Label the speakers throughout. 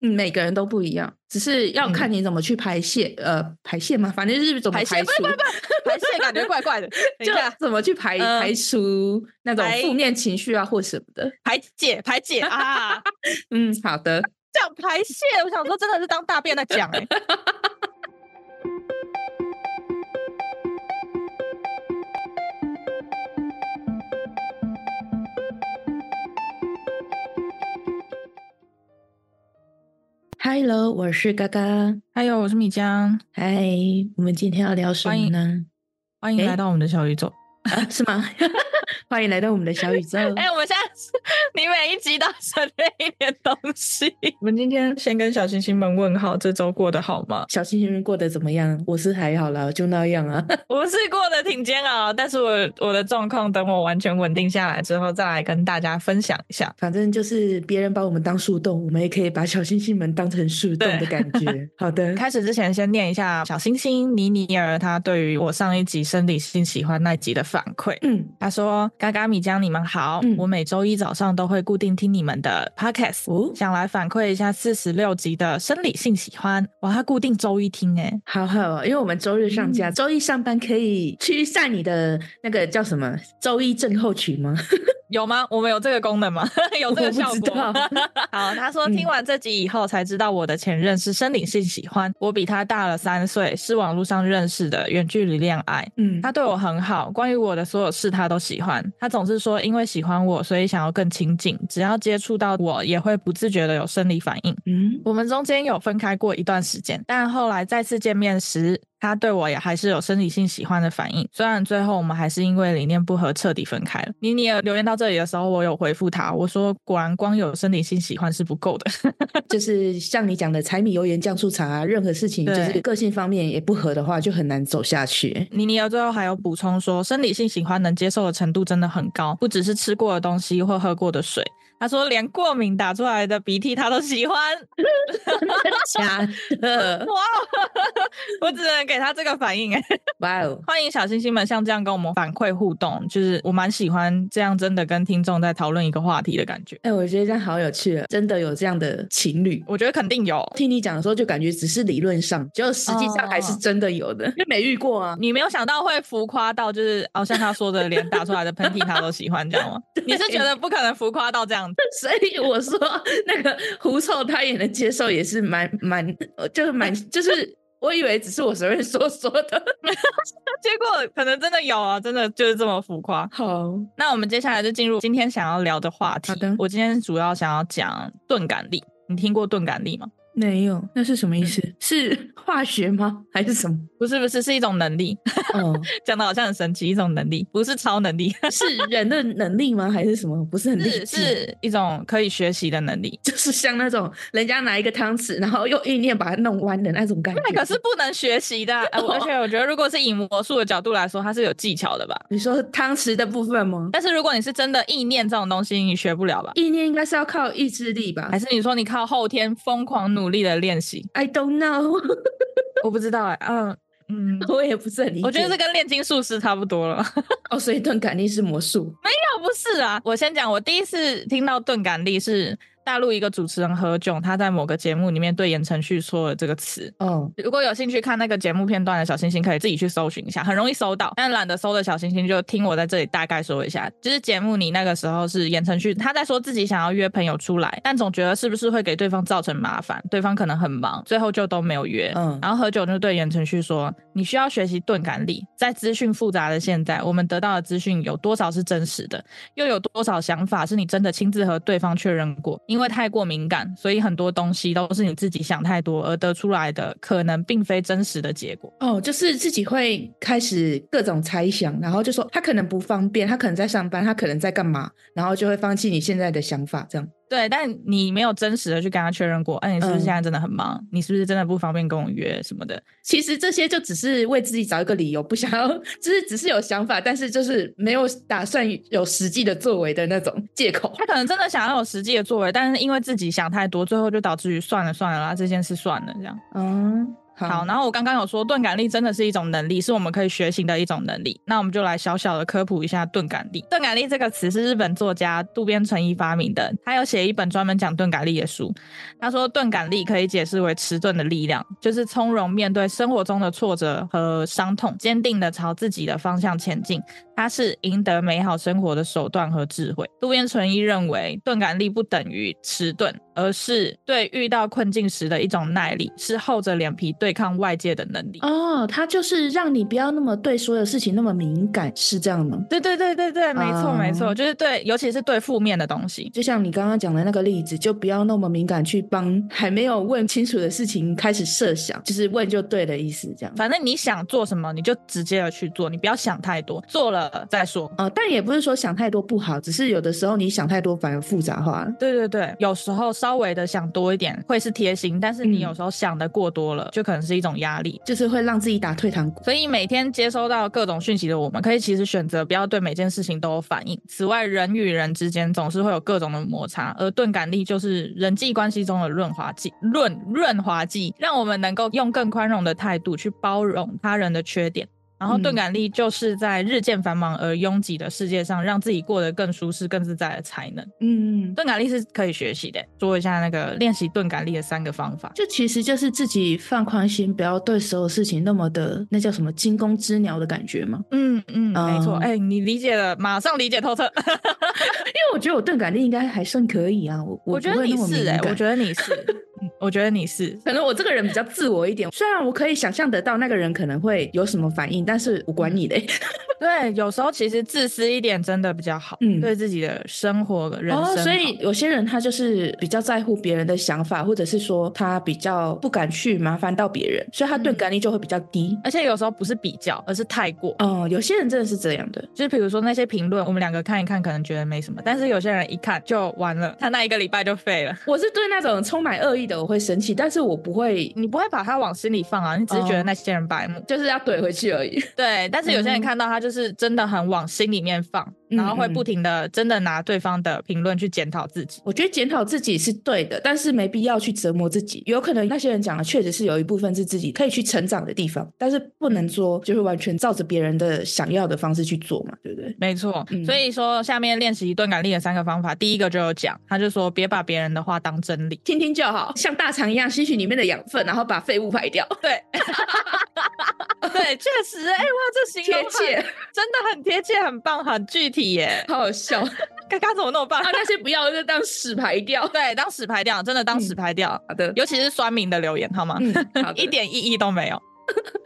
Speaker 1: 嗯每个人都不一样，只是要看你怎么去排泄，呃，排泄嘛，反正就是怎么
Speaker 2: 嗯排泄
Speaker 1: 除
Speaker 2: 不，不不，排泄感觉怪 怪的，等一
Speaker 1: 就
Speaker 2: 下
Speaker 1: 怎么去排、
Speaker 2: 嗯
Speaker 1: 排除那种
Speaker 2: 排
Speaker 1: 负面情绪啊或什么 的。
Speaker 2: 排解排解 啊，
Speaker 1: 嗯，好的，
Speaker 2: 讲排泄，我想说真的是当大便在讲 哎、
Speaker 1: Hello，我是嘎嘎。
Speaker 2: 还有，我是米江，
Speaker 1: 嗨，我们今天要聊什
Speaker 2: 欢
Speaker 1: 么
Speaker 2: 迎
Speaker 1: 呢？
Speaker 2: 欢迎来到我们的小宇宙。
Speaker 1: 啊，是吗？ 欢迎来到我们的小宇宙。
Speaker 2: 哎、我们现在是你每一集都省略一点东西。我们今天先跟小星星们问好，这周过得好吗？
Speaker 1: 小星星们过得怎么样？我是还好啦，就那样啊。
Speaker 2: 我是过得挺煎熬，但是我我的状况等我完全稳定下来之后，再来跟大家分享一下。
Speaker 1: 反正就是别人把我们当树洞，我们也可以把小星星们当成树洞的
Speaker 2: 对
Speaker 1: 感觉。好的，
Speaker 2: 开始之前，先念一下小星星尼尼尔他对于我上一集生理性喜欢那集的反馈。
Speaker 1: 嗯，
Speaker 2: 他说：“嘎嘎米江，你们好，
Speaker 1: 嗯
Speaker 2: 我每周一早上都会固定听你们的 podcast，、
Speaker 1: 哦
Speaker 2: 想来反馈一下四十六集的生理性喜欢。哇，他固定周一听欸诶、
Speaker 1: 好好哦，因为我们周日上架，周一上班可以驱散你的那个叫什么周一症候群吗？
Speaker 2: 有吗？我们有这个功能吗？ 有这个效
Speaker 1: 我不知
Speaker 2: 果
Speaker 1: 道
Speaker 2: 吗？ 好，他说
Speaker 1: 嗯
Speaker 2: 听完这集以后才知道我的前任是生理性喜欢，我比他大了三岁，是网络上认识的远距离恋爱。
Speaker 1: 嗯，
Speaker 2: 他对我很好，关于我的所有事他都喜欢。他总是说因为喜欢我，所以想要更亲近，只要接触到我，也会不自觉的有生理反应。
Speaker 1: 嗯，
Speaker 2: 我们中间有分开过一段时间，但后来再次见面时，他对我也还是有生理性喜欢的反应。虽然最后我们还是因为理念不合彻底分开了。妮妮尔留言到这里的时候，我有回复他，我说果然光有生理性喜欢是不够的。
Speaker 1: 就是像你讲的柴米油盐酱醋茶、啊，任何事情就
Speaker 2: 对
Speaker 1: 是个性方面也不合的话，就很难走下 去。
Speaker 2: 妮妮儿最后还有补充说，生理性喜欢能接受的程度真的很高，不只是吃过的东西或喝过的水。她说，连过敏打出来的鼻涕她都喜欢。
Speaker 1: 假的，
Speaker 2: 哇，我只能给她这个反应哎、
Speaker 1: 哇哦，
Speaker 2: 欢迎小星星们像这样跟我们反馈互动，就是我蛮喜欢这样，真的跟听众在讨论一个话题的感觉。
Speaker 1: 哎、我觉得这样好有趣啊！真的有这样的情侣，
Speaker 2: 我觉得肯定有，
Speaker 1: 听你讲的时候就感觉只是理论上，就实际上还是
Speaker 2: 哦
Speaker 1: 真的有的，因为没遇过啊。
Speaker 2: 你没有想到会浮夸到，就是哦，像他说的，连打出来的喷嚏他都喜欢，这 样吗？你是觉得不可能浮夸到这样子？
Speaker 1: 所以我说那个狐臭他也能接受，也是蛮蛮，呃就是蛮就是。我以为只是我随便说说的，
Speaker 2: 结果可能真的有啊，真的就是这么浮夸。
Speaker 1: 好，
Speaker 2: 那我们接下来就进入今天想要聊的话题。
Speaker 1: 好的
Speaker 2: 我今天主要想要讲钝感力。你听过钝感力吗？
Speaker 1: 没有，那是什么意思？嗯是化学吗？还是什么？
Speaker 2: 不是，不是，是一种能力。
Speaker 1: 哦，
Speaker 2: 讲的好像很神奇，一种能力，不是超能力。
Speaker 1: 是人的能力吗？还是什么？不是很理
Speaker 2: 是
Speaker 1: 解，
Speaker 2: 是一种可以学习的能力。
Speaker 1: 就是像那种人家拿一个汤匙，然后用意念把它弄弯的那种感觉。
Speaker 2: 那可是不能学习的啊、 呃而且我觉得，如果是以魔术的角度来说，它是有技巧的吧。
Speaker 1: 你说汤匙的部分吗？
Speaker 2: 但是如果你是真的意念这种东西，你学不了吧？
Speaker 1: 意念应该是要靠意志力吧
Speaker 2: 还是你说你靠后天疯狂努力的练习？
Speaker 1: ？I don't know，
Speaker 2: 我不知道哎、嗯嗯，
Speaker 1: 我也不是很理解。
Speaker 2: 我觉得这跟炼金术师差不多 了。
Speaker 1: 哦，所以钝感力是魔术。
Speaker 2: 倒不是啊，我先讲，我第一次听到钝感力是大陆一个主持人何炅，他在某个节目里面对言承旭说了这个词。
Speaker 1: 哦，
Speaker 2: 如果有兴趣看那个节目片段的小星星，可以自己去搜寻一下，很容易搜到。但懒得搜的小星星就听我在这里大概说一下，就是节目里那个时候是言承旭，他在说自己想要约朋友出来，但总觉得是不是会给对方造成麻烦，对方可能很忙，最后就都没有约。
Speaker 1: 嗯
Speaker 2: 然后何炅就对言承旭说：“你需要学习钝感力，在资讯复杂的现在，我们得到的资讯有多少是真实的？又有多少想法是你真的亲自和对方确认过？因为太过敏感，所以很多东西都是你自己想太多而得出来的，可能并非真实的结果。
Speaker 1: 哦，就是自己会开始各种猜想，然后就说他可能不方便，他可能在上班，他可能在干嘛，然后就会放弃你现在的想法，这样。
Speaker 2: 对，但你没有真实的去跟他确认过，哎、你是不是
Speaker 1: 嗯
Speaker 2: 现在真的很忙？你是不是真的不方便跟我约什么的？
Speaker 1: 其实这些就只是为自己找一个理由，不想要，就是只是有想法，但是就是没有打算有实际的作为的那种借口。
Speaker 2: 他可能真的想要有实际的作为，但是因为自己想太多，最后就导致于算了算了啦，这件事算了这样。
Speaker 1: 嗯，
Speaker 2: 好，然后我刚刚有说钝感力真的是一种能力，是我们可以学习的一种能力。那我们就来小小的科普一下钝感力。钝感力这个词是日本作家渡边淳一发明的，他有写一本专门讲钝感力的书。他说，钝感力可以解释为迟钝的力量，就是从容面对生活中的挫折和伤痛，坚定的朝自己的方向前进。它是赢得美好生活的手段和智慧。渡边淳一认为，钝感力不等于迟钝，而是对遇到困境时的一种耐力，是厚着脸皮对抗外界的能力。
Speaker 1: 哦，它就是让你不要那么对所有事情那么敏感，是这样吗？
Speaker 2: 对对对对对，没错
Speaker 1: 啊
Speaker 2: 没错，就是对，尤其是对负面的东西。
Speaker 1: 就像你刚刚讲的那个例子，就不要那么敏感去帮还没有问清楚的事情开始设想，就是问就对的意思，这样。
Speaker 2: 反正你想做什么，你就直接的去做，你不要想太多，做了再说。
Speaker 1: 呃，但也不是说想太多不好，只是有的时候你想太多反而复杂化了。
Speaker 2: 对对对，有时候稍微的想多一点会是贴心，但是你
Speaker 1: 嗯
Speaker 2: 有时候想的过多了，就可能是一种压力。
Speaker 1: 就是会让自己打退堂鼓。
Speaker 2: 所以每天接收到各种讯息的我们，可以其实选择不要对每件事情都有反应。此外，人与人之间总是会有各种的摩擦，而钝感力就是人际关系中的润滑剂，润润滑剂，让我们能够用更宽容的态度去包容他人的缺点。然后，
Speaker 1: 嗯
Speaker 2: 钝感力就是在日渐繁忙而拥挤的世界上，让自己过得更舒适、更自在的才能。
Speaker 1: 嗯，
Speaker 2: 钝感力是可以学习的。说一下那个练习钝感力的三个方法。
Speaker 1: 就其实就是自己放宽心，不要对所有事情那么的那叫什么惊弓之鸟的感觉嘛。
Speaker 2: 嗯嗯，没错。
Speaker 1: 嗯
Speaker 2: 哎、你理解了，马上理解透彻。
Speaker 1: 因为我觉得我钝感力应该还算可以啊，我
Speaker 2: 我觉得你是哎、
Speaker 1: 哎、
Speaker 2: 我觉得你是， 嗯我觉得你是。
Speaker 1: 可能我这个人比较自我一点，虽然我可以想象得到那个人可能会有什么反应，但是我管你嘞。
Speaker 2: 对，有时候其实自私一点真的比较好，
Speaker 1: 嗯
Speaker 2: 对自己的生活、人生好、
Speaker 1: 哦，所以有些人他就是比较在乎别人的想法，或者是说他比较不敢去麻烦到别人，所以他钝
Speaker 2: 嗯
Speaker 1: 感力就会比较低。
Speaker 2: 而且有时候不是比较，而是太过。
Speaker 1: 哦、有些人真的是这样的。
Speaker 2: 就是比如说那些评论，我们两个看一看，可能觉得没什么，但是有些人一看就完了，他那一个礼拜就废了。
Speaker 1: 我是对那种充满恶意的我会生气，但是我不会
Speaker 2: 你不会把他往心里放啊，你只是觉得
Speaker 1: 哦
Speaker 2: 那些人白目。
Speaker 1: 就是要怼回去而已。
Speaker 2: 对，但是有些
Speaker 1: 嗯
Speaker 2: 人看到他就是真的很往心里面放，然后会
Speaker 1: 嗯嗯
Speaker 2: 不停的真的拿对方的评论去检讨自己。
Speaker 1: 我觉得检讨自己是对的，但是没必要去折磨自己。有可能那些人讲的确实是有一部分是自己可以去成长的地方，但是不能说就是完全照着别人的想要的方式去做嘛，对不对？
Speaker 2: 没错，
Speaker 1: 嗯
Speaker 2: 所以说下面练习钝感力的三个方法，第一个就有讲，他就说别把别人的话当真理。
Speaker 1: 听听就好，像大肠一样吸取里面的养分，然后把废物排掉，
Speaker 2: 对， 对，确实，哎、哇，这形
Speaker 1: 贴
Speaker 2: 容很
Speaker 1: 切，，
Speaker 2: 真的很贴切，很棒，很具体耶。
Speaker 1: 好好笑。 啊，
Speaker 2: 刚刚怎么那么棒？
Speaker 1: 那些不要就当屎排掉。
Speaker 2: 对，当屎排掉，真的当屎排掉，
Speaker 1: 好的，
Speaker 2: 尤其是酸民的留言，好吗？
Speaker 1: 嗯， 好的
Speaker 2: 一点意义都没有。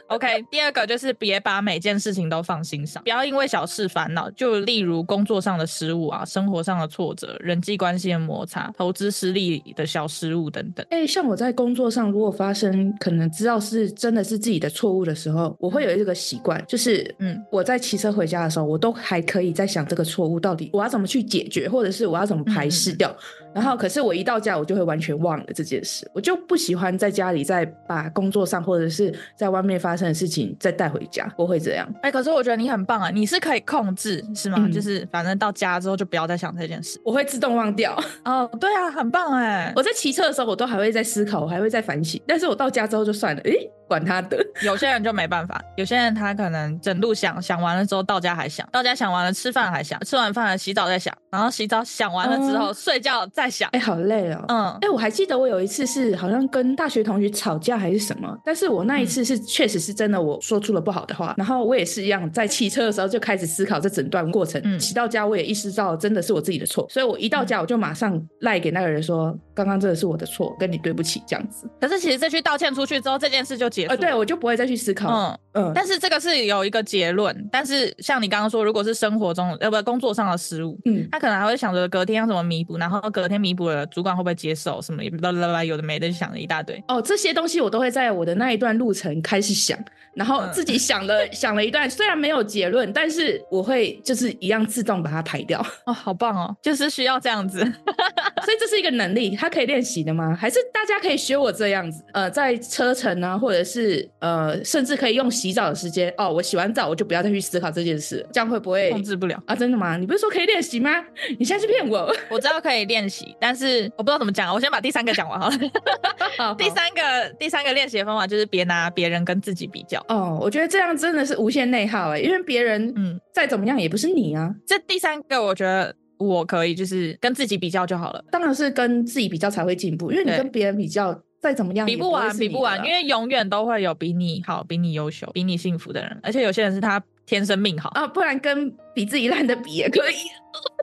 Speaker 2: OK，第二个就是别把每件事情都放心上，不要因为小事烦恼。就例如工作上的失误啊，生活上的挫折，人际关系的摩擦，投资失利的小失误等等。
Speaker 1: 哎、像我在工作上，如果发生可能知道是真的是自己的错误的时候，我会有一个习惯，就是
Speaker 2: 嗯
Speaker 1: 嗯，我在骑车回家的时候，我都还可以在想这个错误到底我要怎么去解决，或者是我要怎么排
Speaker 2: 嗯
Speaker 1: 斥
Speaker 2: 嗯嗯
Speaker 1: 掉。然后，可是我一到家，我就会完全忘了这件事，我就不喜欢在家里再把工作上或者是在外面发生的事情再带回家，我会这样。
Speaker 2: 哎、可是我觉得你很棒啊，你是可以控制，是吗？
Speaker 1: 嗯
Speaker 2: 就是反正到家之后就不要再想这件事。
Speaker 1: 我会自动忘掉。
Speaker 2: 哦，对啊，很棒哎、
Speaker 1: 我在骑车的时候，我都还会在思考，我还会在反省。但是我到家之后就算了，诶、管他的。
Speaker 2: 有些人就没办法，有些人他可能整路想想完了之后到家还想，到家想完了吃饭还想，吃完饭了洗澡再想，然后洗澡想完了之后、
Speaker 1: 哦
Speaker 2: 睡觉再想。
Speaker 1: 哎、好累哦。
Speaker 2: 嗯
Speaker 1: 哎、，我还记得我有一次是好像跟大学同学吵架还是什么，但是我
Speaker 2: 嗯
Speaker 1: 那一次是确实是真的，我说出了不好的话，然后我也是一样，在骑车的时候就开始思考这整段过程，
Speaker 2: 嗯
Speaker 1: 骑到家我也意识到真的是我自己的错，所以我一到家我就马上赖给那个人说，刚刚真的是我的错，跟你对不起这样子，
Speaker 2: 可是其实这句道歉出去之后，这件事就结束
Speaker 1: 呃，
Speaker 2: 了。
Speaker 1: 对我就不会再去思考，
Speaker 2: 嗯，
Speaker 1: 嗯，
Speaker 2: 但是这个是有一个结论，但是像你刚刚说，如果是生活中呃不工作上的失误，
Speaker 1: 嗯。
Speaker 2: 他可能还会想着隔天要怎么弥补，然后隔天弥补了，主管会不会接受什么，啦啦啦，有的没的想了一大 堆。
Speaker 1: 哦，这些东西我都会在我的那一段路程开始想，然后
Speaker 2: 嗯
Speaker 1: 自己想了、想了一段，虽然没有结论，但是我会就是一样自动把它排掉。
Speaker 2: 哦，好棒哦，就是需要这样子。
Speaker 1: 所以这是一个能力，它可以练习的吗？还是大家可以学我这样子？呃，在车程啊，或者是呃，甚至可以用洗澡的时间哦，我洗完澡我就不要再去思考这件事，这样会不会
Speaker 2: 控制不了。
Speaker 1: 啊？真的吗？你不是说可以练习吗？ 你现在是骗我？
Speaker 2: 我知道可以练习，但是我不知道怎么讲啊。我先把第三个讲 完好了。
Speaker 1: 好
Speaker 2: 第三个第三个练习的方法就是别拿别人跟自己比较。
Speaker 1: 哦，我觉得这样真的是无限内耗哎、因为别人
Speaker 2: 嗯，
Speaker 1: 再怎么样也不是你啊，
Speaker 2: 这第三个我觉得我可以，就是跟自己比较就好了，
Speaker 1: 当然是跟自己比较才会进步，因为你
Speaker 2: 对
Speaker 1: 跟别人比较，再怎么样
Speaker 2: 比
Speaker 1: 也
Speaker 2: 不
Speaker 1: 会
Speaker 2: 完，
Speaker 1: 是
Speaker 2: 比
Speaker 1: 你
Speaker 2: 不
Speaker 1: 的
Speaker 2: 完，
Speaker 1: 啊
Speaker 2: 因为永远都会有比你好、比你优秀、比你幸福的人，而且有些人是他天生命好，
Speaker 1: 啊，不然跟比自己烂的比也可以。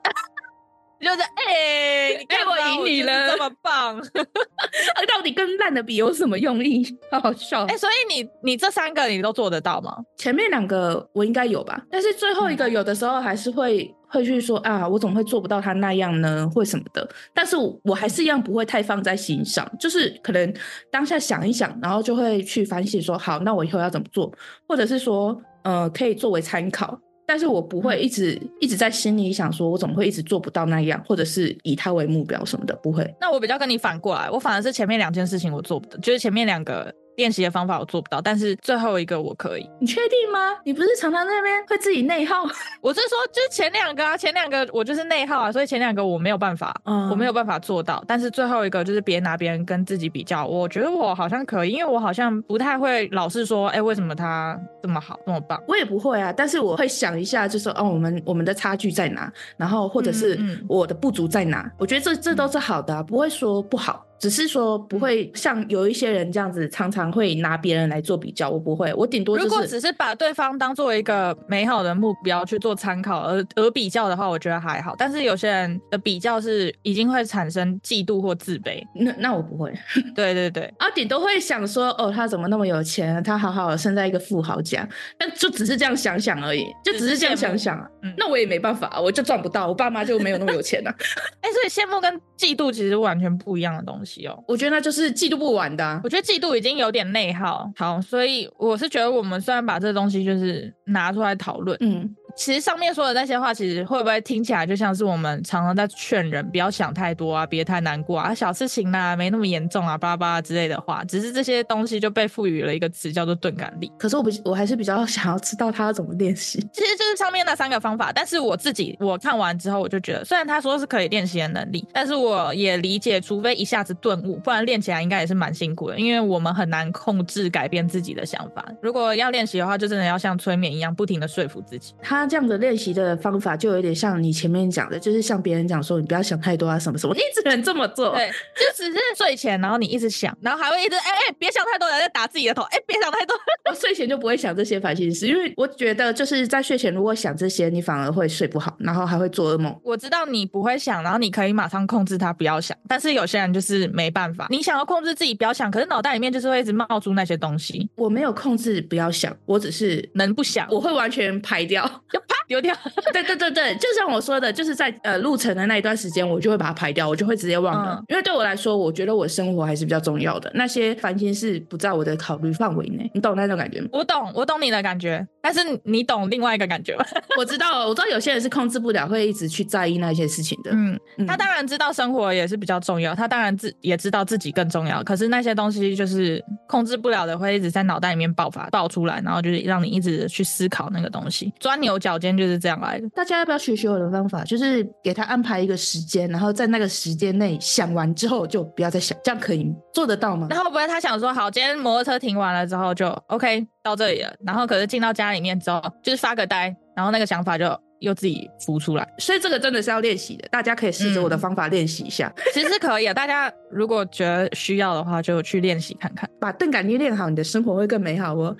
Speaker 2: 就是哎、 你看
Speaker 1: 哎我赢你了
Speaker 2: 我就是这么 棒。
Speaker 1: 啊到底跟烂的比有什么用意？ 好好笑。
Speaker 2: 哎、所以你你这三个你都做得到吗？
Speaker 1: 前面两个我应该有吧，但是最后一个有的时候还是会会去说啊，我怎么会做不到他那样呢，或什么的。但是我我还是一样不会太放在心上，就是可能当下想一想，然后就会去反省说，好，那我以后要怎么做，或者是说，呃，可以作为参考。但是我不会一直、一直在心里想说，我怎么会一直做不到那样，或者是以他为目标什么的，不会。
Speaker 2: 那我比较跟你反过来，我反而是前面两件事情我做不到，就是前面两个练习的方法我做不到，但是最后一个我可以。
Speaker 1: 你确定吗？你不是常常在那边会自己内耗？
Speaker 2: 我是说，就是前两个啊，前两个我就是内耗啊，所以前两个我没有办法，
Speaker 1: 嗯
Speaker 2: 我没有办法做到。但是最后一个就是别拿别人跟自己比较，我觉得我好像可以，因为我好像不太会老是说，哎、为什么他这么好，这么棒？
Speaker 1: 我也不会啊，但是我会想一下，就是哦，我们我们的差距在哪，然后或者是
Speaker 2: 嗯嗯
Speaker 1: 我的不足在哪，我觉得这这都是好的啊、不会说不好，只是说
Speaker 2: 嗯
Speaker 1: 不会像有一些人这样子，常常会拿别人来做比较，我不会，我顶多
Speaker 2: 如
Speaker 1: 就
Speaker 2: 果
Speaker 1: 是
Speaker 2: 只是把对方当做一个美好的目标去做参考而而比较的话，我觉得还好。但是有些人的比较是已经会产生嫉妒或自卑。
Speaker 1: 那那我不会
Speaker 2: 对对对，
Speaker 1: 啊，顶多会想说哦，他怎么那么有钱，他好好的生在一个富豪家，但就只是这样想想而已，就只
Speaker 2: 只
Speaker 1: 是
Speaker 2: 是
Speaker 1: 这样
Speaker 2: 羡
Speaker 1: 想
Speaker 2: 慕
Speaker 1: 想啊，
Speaker 2: 嗯
Speaker 1: 那我也没办法啊，我就赚不到，我爸妈就没有那么有钱啊，
Speaker 2: 哎、所以羡慕跟嫉妒其实完全不一样的东西哦。
Speaker 1: 我觉得那就是嫉妒不完的、啊。
Speaker 2: 我觉得嫉妒已经有点内耗，好，所以我是觉得我们虽然把这东西就是拿出来讨论，
Speaker 1: 嗯，
Speaker 2: 其实上面说的那些话，其实会不会听起来就像是我们常常在劝人不要想太多啊，别太难过啊，小事情啦、没那么严重啊，巴拉巴拉之类的话，只是这些东西就被赋予了一个词叫做钝感力，
Speaker 1: 可是我比我还是比较想要知道他要怎么练习。
Speaker 2: 其实就是上面那三个方法。但是我自己我看完之后，我就觉得，虽然他说是可以练习的能力，但是我也理解，除非一下子顿悟，不然练起来应该也是蛮辛苦的，因为我们很难控制改变自己的想法。如果要练习的话，就真的要像催眠一样，不停的说服自己。
Speaker 1: 他这样的练习的方法，就有点像你前面讲的，就是向别人讲说你不要想太多啊，什么什么，你只能这么做。
Speaker 2: 对，就只是睡前，然后你一直想，然后还会一直哎哎，别、想太多，然后就打自己的头，哎、别想太多。
Speaker 1: 我睡前就不会想这些烦心事，因为我觉得就是在睡前如果想这些，你反而会睡不好，然后还会做噩梦。
Speaker 2: 我知道你不会想，然后你可以马上控制它不要想，但是有些人就是没办法，你想要控制自己不要想，可是脑袋里面就是会一直冒出那些东西，
Speaker 1: 我没有控制不要想，我只是
Speaker 2: 能不想
Speaker 1: 我会完全排掉。
Speaker 2: 就啪丢掉。
Speaker 1: 对对对对，就像我说的，就是在呃路程的那一段时间，我就会把它排掉，我就会直接忘了，
Speaker 2: 嗯？
Speaker 1: 因为对我来说，我觉得我生活还是比较重要的，那些烦心事不在我的考虑范围内，你懂那种感觉吗
Speaker 2: 我懂，我懂你的感觉，但是你懂另外一个感觉吗？
Speaker 1: 我知道，我知道有些人是控制不了，会一直去在意那些事情的。
Speaker 2: 嗯，
Speaker 1: 嗯
Speaker 2: 他当然知道生活也是比较重要，他当然自也知道自己更重要，可是那些东西就是控制不了的，会一直在脑袋里面爆发爆出来，然后就是让你一直去思考那个东西，钻牛角尖就是这样来的。
Speaker 1: 大家要不要学学我的方法？就是给他安排一个时间，然后在那个时间内想完之后就不要再想，这样可以吗做得到吗？
Speaker 2: 那会不会他想说，好，今天摩托车停完了之后就 OK 到这里了，然后可是进到家里面之后就是发个呆，然后那个想法就又自己浮出来。
Speaker 1: 所以这个真的是要练习的，大家可以试着我的
Speaker 2: 嗯
Speaker 1: 方法练习一下，
Speaker 2: 其实是可以啊，大家如果觉得需要的话，就去练习看看。
Speaker 1: 把钝感力练好，你的生活会更美好 哦。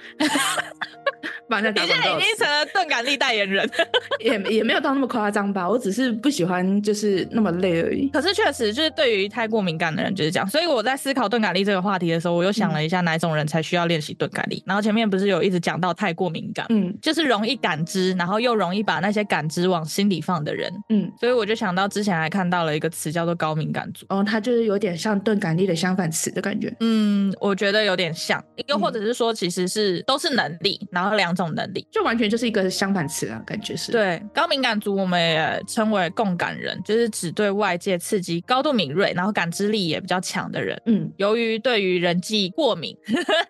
Speaker 1: 帮人
Speaker 2: 你
Speaker 1: 家打
Speaker 2: 现
Speaker 1: 广
Speaker 2: 在
Speaker 1: 告
Speaker 2: 已经
Speaker 1: 词
Speaker 2: 成了钝感力代言人。
Speaker 1: 也也没有到那么夸张吧，我只是不喜欢就是那么累而已。
Speaker 2: 可是确实就是对于太过敏感的人就是这样，所以我在思考钝感力这个话题的时候，我又想了一下哪一种人才需要练习钝感力。然后前面不是有一直讲到太过敏感，
Speaker 1: 嗯
Speaker 2: 就是容易感知，然后又容易把那些感知往心里放的人。
Speaker 1: 嗯，
Speaker 2: 所以我就想到之前还看到了一个词叫做高敏感族。
Speaker 1: 哦，它就是有点像钝感力的相反词的感觉。
Speaker 2: 嗯，我觉得有点像，又或者是说其实是、都是能力，然后两这种能力。
Speaker 1: 就完全就是一个相反词啊，感觉是。
Speaker 2: 对，高敏感族我们也称为共感人，就是指对外界刺激高度敏锐，然后感知力也比较强的人。
Speaker 1: 嗯，
Speaker 2: 由于对于人际过敏，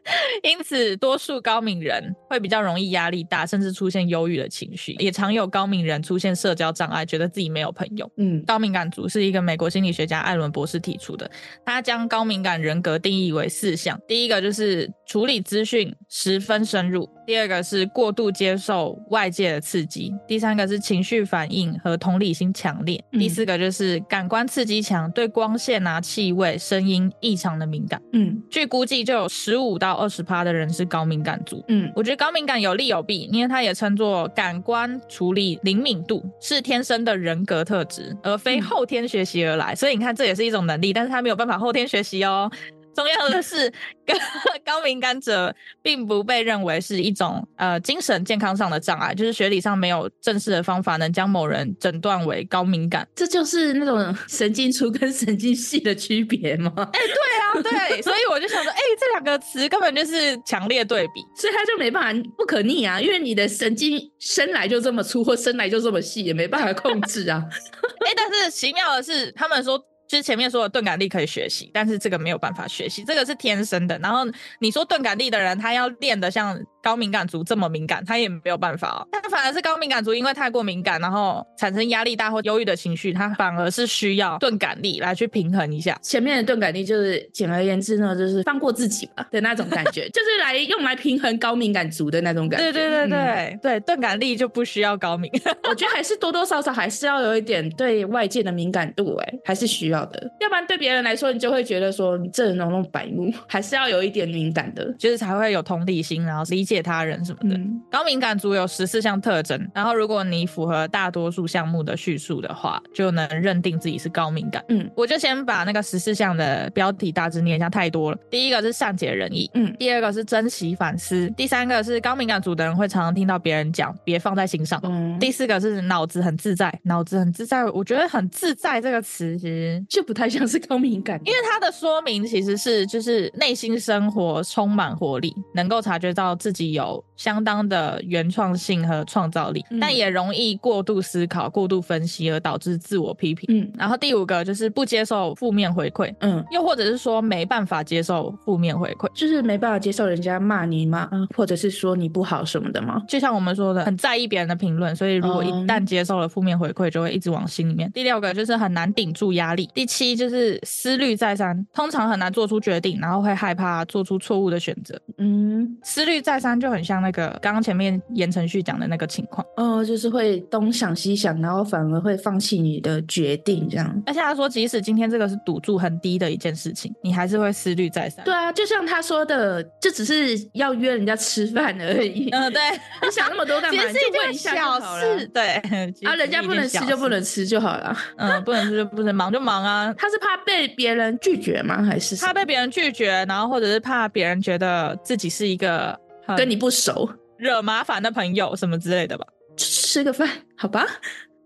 Speaker 2: 因此多数高敏人会比较容易压力大，甚至出现忧郁的情绪。也常有高敏人出现社交障碍，觉得自己没有朋友。
Speaker 1: 嗯
Speaker 2: 高敏感族是一个美国心理学家艾伦博士提出的，他将高敏感人格定义为四项：第一个就是处理资讯十分深入；第二个是过度接受外界的刺激；第三个是情绪反应和同理心强烈；
Speaker 1: 嗯
Speaker 2: 第四个就是感官刺激强，对光线啊、气味、声音异常的敏感。
Speaker 1: 嗯
Speaker 2: 据估计，就有十五到二十趴的人是高敏感族。
Speaker 1: 嗯
Speaker 2: 我觉得高敏感有利有弊，因为它也称作感官处理灵敏度，是天生的人格特质，而非
Speaker 1: 嗯
Speaker 2: 后天学习而来。所以你看，这也是一种能力，但是它没有办法后天学习哦。重要的是，高 高敏感者并不被认为是一种呃精神健康上的障碍，就是学理上没有正式的方法能将某人诊断为高敏感。
Speaker 1: 这就是那种神经粗跟神经细的区别 吗？
Speaker 2: 对啊， 对，所以我就想说，哎、这两个词根本就是强烈对比。
Speaker 1: 所以他就没办法不可逆啊，因为你的神经生来就这么粗或生来就这么细，也没办法控制啊。
Speaker 2: 哎、但是奇妙的是，他们说就是前面说的钝感力可以学习，但是这个没有办法学习，这个是天生的。然后你说钝感力的人，他要练得像高敏感族这么敏感，他也没有办法哦。但反而是高敏感族，因为太过敏感，然后产生压力大或忧郁的情绪，他反而是需要钝感力来去平衡一下。
Speaker 1: 前面的钝感力就是简而言之呢，就是放过自己吧的那种感 觉，就是来用来平衡高敏感族的那种感觉。
Speaker 2: 对对对对、
Speaker 1: 嗯
Speaker 2: 对，钝感力就不需要高敏。
Speaker 1: 我觉得还是多多少少还是要有一点对外界的敏感度、欸，还是需要的，要不然对别人来说，你就会觉得说你这人怎么那么白目， 还是要有一点敏感的。
Speaker 2: 就是才会有同理心，然后理解他人什么的。
Speaker 1: 嗯
Speaker 2: 高敏感族有十四项特征，然后如果你符合大多数项目的叙述的话，就能认定自己是高敏感。
Speaker 1: 嗯，
Speaker 2: 我就先把那个十四项的标题大致念一下，太多了。第一个是善解人意，
Speaker 1: 嗯，
Speaker 2: 第二个是珍惜反思，第三个是高敏感族的人会常常听到别人讲别放在心上。
Speaker 1: 嗯，
Speaker 2: 第四个是脑子很自在，脑子很自在，我觉得很自在这个词其实
Speaker 1: 就不太像是高敏感，
Speaker 2: 因为它的说明其实是就是内心生活充满活力，能够察觉到自己有相当的原创性和创造力，
Speaker 1: 嗯
Speaker 2: 但也容易过度思考、过度分析而导致自我批评。
Speaker 1: 嗯
Speaker 2: 然后第五个就是不接受负面回馈，
Speaker 1: 嗯，
Speaker 2: 又或者是说没办法接受负面回馈。
Speaker 1: 就是没办法接受人家骂你嘛，嗯或者是说你不好什么的嘛。
Speaker 2: 就像我们说的，很在意别人的评论，所以如果一
Speaker 1: 嗯
Speaker 2: 旦接受了负面回馈，就会一直往心里面。第六个就是很难顶住压力，第七就是思虑再三，通常很难做出决定，然后会害怕做出错误的选择。
Speaker 1: 嗯，
Speaker 2: 思虑再三就很像那个刚刚前面言承旭讲的那个情况，
Speaker 1: 哦，就是会东想西想，然后反而会放弃你的决定这样。
Speaker 2: 而且他说，即使今天这个是赌注很低的一件事情，你还是会思虑再三。
Speaker 1: 对，啊，就像他说的，这只是要约人家吃饭而已。
Speaker 2: 嗯、对，
Speaker 1: 你想那么多干
Speaker 2: 其
Speaker 1: 嘛？
Speaker 2: 实
Speaker 1: 你
Speaker 2: 是
Speaker 1: 就
Speaker 2: 一
Speaker 1: 问
Speaker 2: 件
Speaker 1: 一下就
Speaker 2: 小
Speaker 1: 好了
Speaker 2: 事，。对，其实
Speaker 1: 啊，人家
Speaker 2: 是一
Speaker 1: 不
Speaker 2: 件
Speaker 1: 能吃就
Speaker 2: 小
Speaker 1: 不
Speaker 2: 事，
Speaker 1: 能吃就好了。
Speaker 2: 嗯，不能吃就不能，忙就忙 啊。
Speaker 1: 他是怕被别人拒绝吗？还是
Speaker 2: 怕被别人拒绝，然后或者是怕别人觉得自己是一个很
Speaker 1: 跟你不熟？
Speaker 2: 惹麻烦的朋友什么之类的吧。
Speaker 1: 吃个饭，好吧？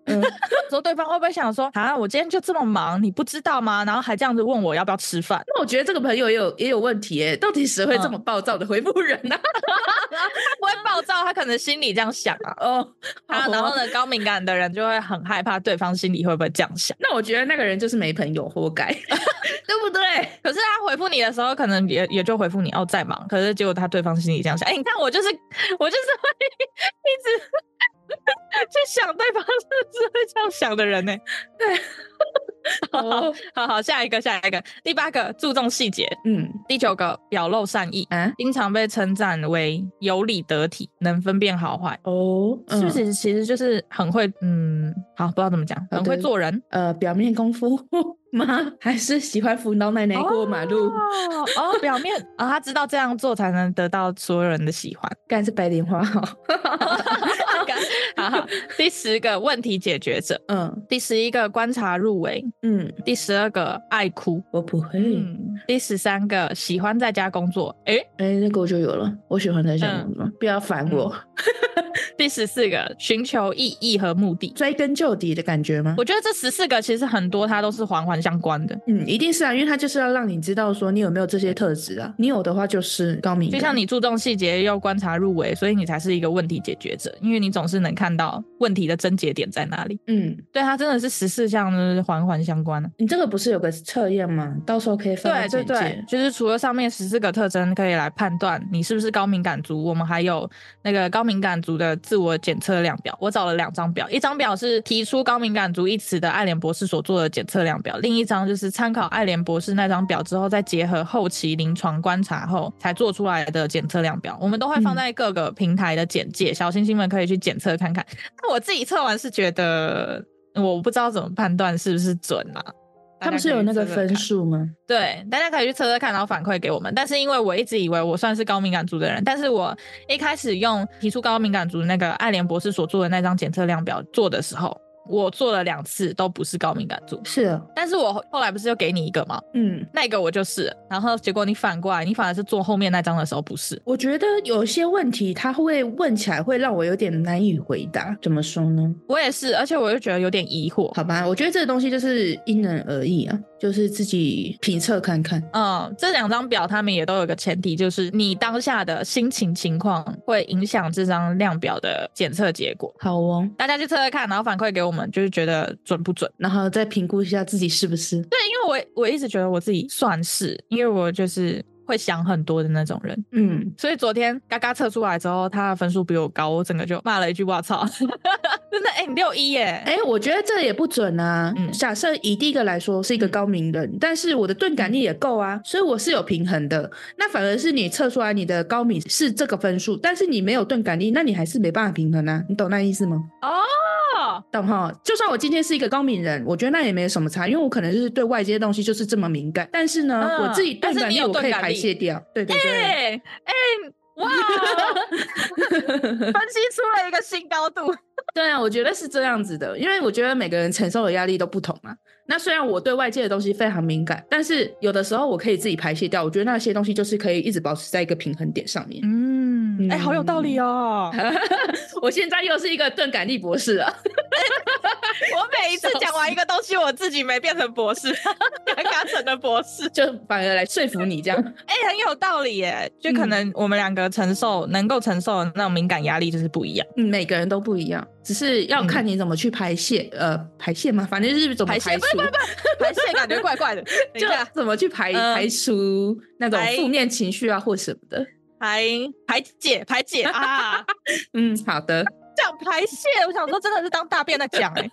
Speaker 2: 嗯 说对方会不会想说啊，我今天就这么忙，你不知道吗？然后还这样子问我要不要吃饭？
Speaker 1: 那我觉得这个朋友也有也有问题耶，到底谁会这
Speaker 2: 嗯
Speaker 1: 么暴躁的回复人呢、
Speaker 2: 他不会暴躁，他可能心里这样想啊。
Speaker 1: 哦，
Speaker 2: 他
Speaker 1: 好
Speaker 2: 然后
Speaker 1: 哦
Speaker 2: 呢，高敏感的人就会很害怕对方心里会不会这样想。
Speaker 1: 那我觉得那个人就是没朋友，活该， 对不对？
Speaker 2: 可是他回复你的时候，可能也也就回复你哦在忙。可是结果他对方心里这样想，哎、你看我就是我就是会一直 去想对方是不是会这样想的人呢、
Speaker 1: 哦，
Speaker 2: 好好，下一个，下一个，第八个，注重细节；
Speaker 1: 嗯
Speaker 2: 第九个，表露善意，
Speaker 1: 啊，
Speaker 2: 经常被称赞为有理得体，能分辨好坏，
Speaker 1: 哦，
Speaker 2: 是不
Speaker 1: 嗯？
Speaker 2: 是？其实就是很会，嗯，好，不知道怎么讲，
Speaker 1: 好
Speaker 2: 很会
Speaker 1: 的
Speaker 2: 做人。
Speaker 1: 呃，表面功夫 吗？还是喜欢扶老奶奶过马路？
Speaker 2: 哦哦，表面啊、他知道这样做才能得到所有人的喜欢，
Speaker 1: 干、是白莲花哦，
Speaker 2: 好好，第十个问题解决者，
Speaker 1: 嗯
Speaker 2: 第十一个观察入围，
Speaker 1: 嗯，
Speaker 2: 第十二个爱哭，
Speaker 1: 我不会。
Speaker 2: 嗯，第十三个喜欢在家工作，诶，
Speaker 1: 哎、那个我就有了，我喜欢在想
Speaker 2: 嗯
Speaker 1: 什么，不要烦我，
Speaker 2: 第十四个寻求意义和目的。
Speaker 1: 追根究底的感觉吗？
Speaker 2: 我觉得这十四个其实很多它都是环环相关的，
Speaker 1: 嗯，一定是啊，因为他就是要让你知道说你有没有这些特质啊，你有的话就是高明的，
Speaker 2: 就像你注重细节又观察入围，所以你才是一个问题解决者，因为你总是能看到问题的症结点在哪里。
Speaker 1: 嗯，
Speaker 2: 对，它真的是十四项就是环环相关的。
Speaker 1: 你这个不是有个测验吗？到时候可以放在
Speaker 2: 对对
Speaker 1: 简介。
Speaker 2: 对，就是除了上面十四个特征可以来判断你是不是高敏感族，我们还有那个高敏感族的自我检测量表。我找了两张表，一张表是提出高敏感族一词的爱莲博士所做的检测量表，另一张就是参考爱莲博士那张表之后，再结合后期临床观察后才做出来的检测量表。我们都会放
Speaker 1: 嗯
Speaker 2: 在各个平台的简介，小星星们可以去检测看看。那我自己测完是觉得。我不知道怎么判断是不是准啊，
Speaker 1: 他
Speaker 2: 大家
Speaker 1: 们是
Speaker 2: 可以
Speaker 1: 有那个
Speaker 2: 测测看
Speaker 1: 分数吗？
Speaker 2: 对，大家可以去测测看，然后反馈给我们。但是因为我一直以为我算是高敏感族的人，但是我一开始用提出高敏感族那个爱莲博士所做的那张检测量表做的时候，我做了两次都不是高敏感族。
Speaker 1: 是啊，
Speaker 2: 但是我后后来不是又给你一个吗？
Speaker 1: 嗯，
Speaker 2: 那个我就是了，然后结果你反过来，你反而是做后面那张的时候不是。
Speaker 1: 我觉得有些问题他会问起来会让我有点难以回答，怎么说呢？
Speaker 2: 我也是，而且我就觉得有点疑惑。
Speaker 1: 好吧，我觉得这个东西就是因人而异啊，就是自己评测看看。
Speaker 2: 嗯，这两张表他们也都有个前提，就是你当下的心情情况会影响这张量表的检测结果。
Speaker 1: 好哦，
Speaker 2: 大家去测测看，然后反馈给我们，就是觉得准不准？
Speaker 1: 然后再评估一下自己是不是。
Speaker 2: 对，因为我我一直觉得我自己算是，因为我就是会想很多的那种人，
Speaker 1: 嗯，
Speaker 2: 所以昨天嘎嘎测出来之后，他的分数比我高，我整个就骂了一句“我操”， 真的哎，你六一耶！
Speaker 1: 哎，我觉得这也不准啊。
Speaker 2: 嗯
Speaker 1: 假设以第一个来说是一个高明人，但是我的钝感力也够啊，所以我是有平衡的。那反而是你测出来你的高敏是这个分数，但是你没有钝感力，那你还是没办法平衡啊。你懂那意思吗？
Speaker 2: 哦，
Speaker 1: 懂哈？就算我今天是一个高敏人，我觉得那也没什么差，因为我可能就是对外界东西就是这么敏感。但是呢，
Speaker 2: 嗯
Speaker 1: 我自己钝
Speaker 2: 但是
Speaker 1: 感
Speaker 2: 你
Speaker 1: 力
Speaker 2: 有
Speaker 1: 我可以
Speaker 2: 钝感力
Speaker 1: 排泄掉。对对对。
Speaker 2: 哎哎，哇，分析出了一个新高度。
Speaker 1: 对啊，我觉得是这样子的，因为我觉得每个人承受的压力都不同嘛。那虽然我对外界的东西非常敏感，但是有的时候我可以自己排泄掉，我觉得那些东西就是可以一直保持在一个平衡点上面。
Speaker 2: 嗯，哎，好有道理哦。
Speaker 1: 我现在又是一个钝感力博士啊，
Speaker 2: 我每一次讲完一个东西，我自己没变成博士， 嘎嘎成了博士。
Speaker 1: 就反而来说服你这 样。
Speaker 2: 哎、很有道理耶！就可
Speaker 1: 嗯
Speaker 2: 能我们两个承受、能够承受的那种敏感压力就是不一样。
Speaker 1: 嗯每个人都不一样，只是要看你怎么去排泄，呃，嗯排泄嘛，反正就是怎么
Speaker 2: 排泄
Speaker 1: 除，
Speaker 2: 排泄感觉怪怪 的，
Speaker 1: 就
Speaker 2: 就
Speaker 1: 怎么去排、
Speaker 2: 嗯
Speaker 1: 排除那种
Speaker 2: 排
Speaker 1: 负面情绪啊或什么的。
Speaker 2: 排排解排解 啊，
Speaker 1: 嗯，好的，
Speaker 2: 讲排泄，我想说真的是当大便在讲 哎、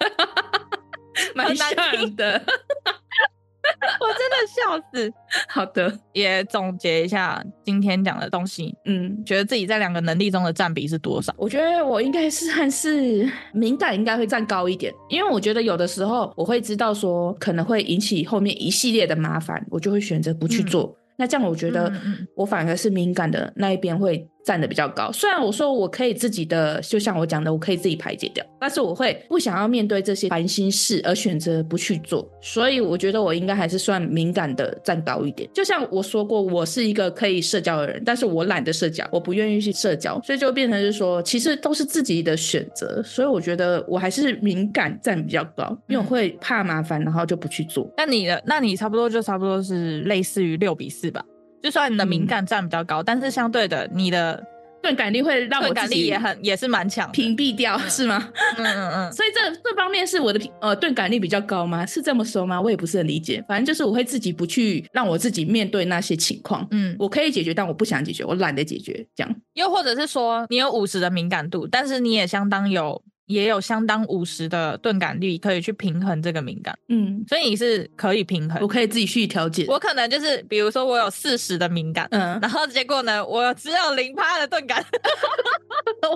Speaker 1: 蛮
Speaker 2: 很难
Speaker 1: 像的，
Speaker 2: 我真的笑死。
Speaker 1: 好的，
Speaker 2: 也总结一下今天讲的东西，
Speaker 1: 嗯。
Speaker 2: 觉得自己在两个能力中的占比是多少？
Speaker 1: 我觉得我应该是还是敏感，应该会占高一点，因为我觉得有的时候我会知道说可能会引起后面一系列的麻烦，我就会选择不去做。那这样我觉得
Speaker 2: 嗯嗯
Speaker 1: 我反而是敏感的那一边会占的比较高。虽然我说我可以自己的，就像我讲的，我可以自己排解掉，但是我会不想要面对这些烦心事而选择不去做。所以我觉得我应该还是算敏感的占高一点。就像我说过，我是一个可以社交的人，但是我懒得社交，我不愿意去社交，所以就变成是说，其实都是自己的选择。所以我觉得我还是敏感占比较高，
Speaker 2: 嗯
Speaker 1: 因为我会怕麻烦，然后就不去做。
Speaker 2: 那你的，那你差不多就差不多是类似于六比四吧。就算你的敏
Speaker 1: 嗯
Speaker 2: 感占比较高，但是相对的，你的
Speaker 1: 钝感力会让我
Speaker 2: 钝
Speaker 1: 自
Speaker 2: 感
Speaker 1: 己
Speaker 2: 力也很也是蛮强的。
Speaker 1: 屏蔽掉，是吗？
Speaker 2: 嗯嗯嗯，
Speaker 1: 所以这这方面是我的呃钝感力比较高吗？是这么说吗？我也不是很理解。反正就是我会自己不去让我自己面对那些情况，
Speaker 2: 嗯，
Speaker 1: 我可以解决，但我不想解决，我懒得解决，这样。
Speaker 2: 又或者是说你有五十的敏感度，但是你也相当有也有相当五十的钝感力，可以去平衡这个敏感，
Speaker 1: 嗯，
Speaker 2: 所以你是可以平衡
Speaker 1: 我。可以自己去调节。
Speaker 2: 我可能就是比如说我有四十的敏感。
Speaker 1: 嗯，
Speaker 2: 然后结果呢？我只有零趴的钝感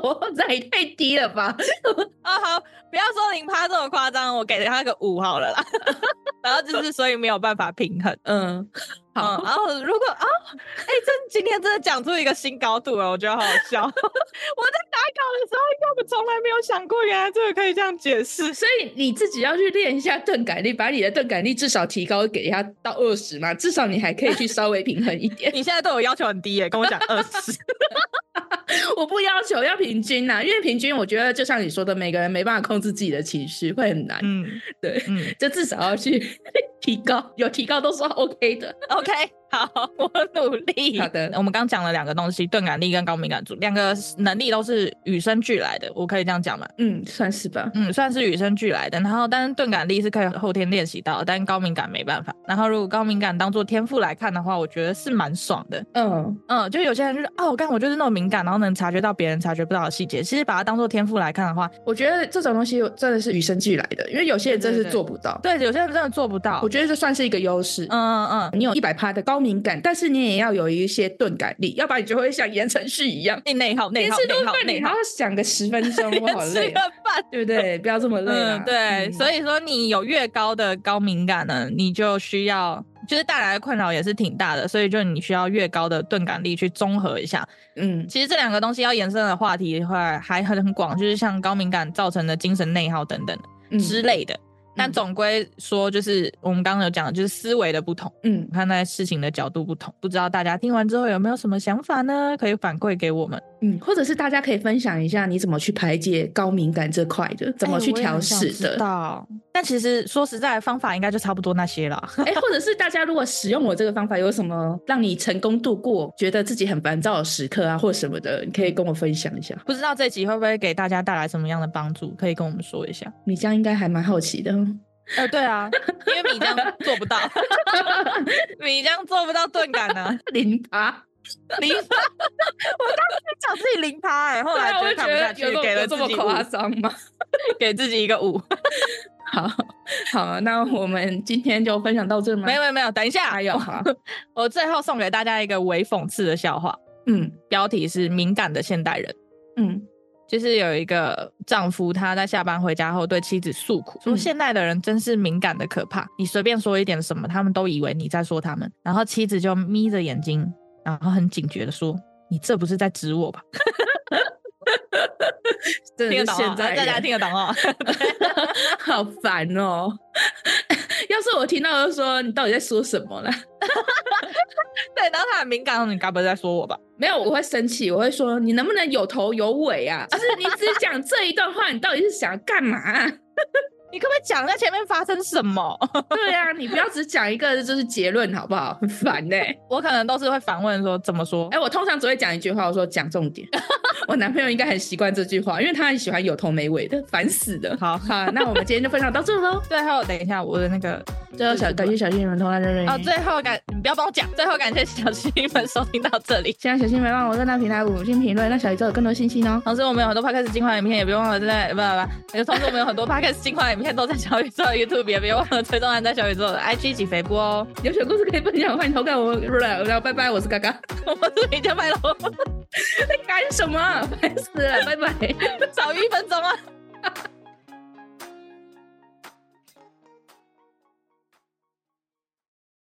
Speaker 1: 我这也太低了吧？
Speaker 2: 啊、好，不要说零趴这么夸张，我给他个五好了啦。 然后就是，所以没有办法平衡。
Speaker 1: 嗯，好，
Speaker 2: 嗯，然后如果 啊，哎、这今天真的讲出一个新高度了，我觉得好好笑。我在打稿的时候，根本从来没有想过，原来这个可以这样解释。
Speaker 1: 所以你自己要去练一下钝感力，把你的钝感力至少提高给它到二十嘛，至少你还可以去稍微平衡一点。
Speaker 2: 你现在对我要求很低耶、跟我讲二十，
Speaker 1: 我不要求要平均啊呐、因为平均我觉得就像你说的，每个人没办法控制自己的情绪，会很难。
Speaker 2: 嗯
Speaker 1: 对，
Speaker 2: 嗯
Speaker 1: 就至少要去 提高，有提高都是 OK 的。
Speaker 2: ，OK，好，我努力。
Speaker 1: 好的
Speaker 2: 我们刚讲了两个东西，钝感力跟高敏感度，两个能力都是与生俱来的，我可以这样讲吗？
Speaker 1: 嗯，算是吧。
Speaker 2: 嗯，算是与生俱来的。然后，但是钝感力是可以后天练习到的，但高敏感没办法。然后，如果高敏感当做天赋来看的话，我觉得是蛮爽的。
Speaker 1: 嗯，
Speaker 2: 嗯，就有些人就是哦，干我就是那种敏感，然后能察觉到别人察觉不到的细节。其实把它当做天赋来看的话，
Speaker 1: 我觉得这种东西真的是与生俱来的，因为有些人真
Speaker 2: 对
Speaker 1: 是
Speaker 2: 对对
Speaker 1: 做不到。
Speaker 2: 对，有些人真的做不到
Speaker 1: 我。觉得这算是一个优势。
Speaker 2: 嗯嗯嗯，
Speaker 1: 你有一百趴的高敏感，但是你也要有一些钝感力，要不然你就会像言承旭一样，
Speaker 2: 内内耗，内
Speaker 1: 连
Speaker 2: 耗
Speaker 1: 吃，
Speaker 2: 内
Speaker 1: 顿
Speaker 2: 耗，
Speaker 1: 饭你
Speaker 2: 内
Speaker 1: 还
Speaker 2: 耗
Speaker 1: 要，想个十分钟，我 好
Speaker 2: 连吃
Speaker 1: 累
Speaker 2: 个
Speaker 1: 啊，
Speaker 2: 饭。
Speaker 1: 对不对？不要这么累啊
Speaker 2: 嗯，。对，
Speaker 1: 嗯
Speaker 2: 所以说你有越高的高敏感呢，你就需要，就是带来的困扰也是挺大的，所以就你需要越高的钝感力去综合一下，
Speaker 1: 嗯
Speaker 2: 其实这两个东西要延伸的话题的话，还很很广，就是像高敏感造成的精神内耗等等
Speaker 1: 嗯
Speaker 2: 之类的。但
Speaker 1: 嗯
Speaker 2: 总归说，就是我们刚刚有讲的，就是思维的不同，
Speaker 1: 嗯，
Speaker 2: 看待事情的角度不同。不知道大家听完之后有没有什么想法呢？可以反馈给我们，
Speaker 1: 嗯，或者是大家可以分享一下你怎么去排解高敏感这块的，
Speaker 2: 哎
Speaker 1: 怎么去调试的。
Speaker 2: 到？但其实说实在，方法应该就差不多那些了。
Speaker 1: 哎、或者是大家如果使用我这个方法，有什么让你成功度过觉得自己很烦躁的时刻啊，或什么的，你可以跟我分享一下。
Speaker 2: 不知道这集会不会给大家带来什么样的帮助？可以跟我们说一下。
Speaker 1: 你这样应该还蛮好奇的哦。
Speaker 2: 呃，对啊， 因为米江做 不到，米江做不到钝感啊呢、
Speaker 1: 零八，
Speaker 2: 零趴，我当时讲自己零趴哎，后
Speaker 1: 对
Speaker 2: 来
Speaker 1: 啊，我
Speaker 2: 看不下去，
Speaker 1: 有这么
Speaker 2: 给了
Speaker 1: 有
Speaker 2: 自
Speaker 1: 这么
Speaker 2: 己
Speaker 1: 夸
Speaker 2: 五，
Speaker 1: 张吗？
Speaker 2: 给自己一个五。
Speaker 1: 好好，啊那我们今天就分享到这吗？
Speaker 2: 没有没有没有，等一下，
Speaker 1: 还有哈，
Speaker 2: 我最后送给大家一个微讽刺的笑话，
Speaker 1: 嗯
Speaker 2: 标题是“敏感的现代人”。
Speaker 1: 嗯
Speaker 2: 就是有一个丈夫，他在下班回家后对妻子诉苦，说
Speaker 1: 嗯
Speaker 2: 现代的人真是敏感的可怕，你随便说一点什么，他们都以为你在说他们。然后妻子就眯着眼睛，然后很警觉的说：“你这不是在指我吧？”
Speaker 1: 真
Speaker 2: 听
Speaker 1: 的
Speaker 2: 得
Speaker 1: 是
Speaker 2: 懂啊，
Speaker 1: 现在
Speaker 2: 大家
Speaker 1: 人
Speaker 2: 听得懂哦。
Speaker 1: 好烦哦！ 要是我听到就说你到底在说什么啦？
Speaker 2: 对，然后他很敏感，你该不会在说我吧？
Speaker 1: 没有，我会生气，我会说你能不能有头有尾啊？就是你只讲这一段话，你到底是想要干嘛啊、
Speaker 2: 你可不可以讲一下前面发生什么？
Speaker 1: 对啊，你不要只讲一个就是结论好不好？很烦呢、
Speaker 2: 我可能都是会反问说怎么说？
Speaker 1: 哎、我通常只会讲一句话，我说讲重点。 我男朋友应该很习惯这句话，因为他很喜欢有头没尾的，烦死的。
Speaker 2: 好
Speaker 1: 好，那我们今天就分享到这喽。
Speaker 2: 最后等一下我的那个
Speaker 1: 最后小感谢小新们同来认认
Speaker 2: 哦，最后感你不要帮我讲，最后感谢小新们收听到这里。
Speaker 1: 希望小新们帮我在那平台五星评论，让小宇宙有更多信息哦。
Speaker 2: 同时，我们有很多 podcast 精华影片，也别忘了在不不不，同时我们有很多 podcast 精华影片都在小宇宙的 YouTube，也别忘了追踪按在小宇宙的 IG 以及肥波哦。
Speaker 1: 有小故事可以分享，欢迎投稿我 们。然后拜拜，我是嘎嘎。
Speaker 2: 我们是明天拜喽，
Speaker 1: 啊干什么？烦死了，拜拜。
Speaker 2: 少于一分钟啊。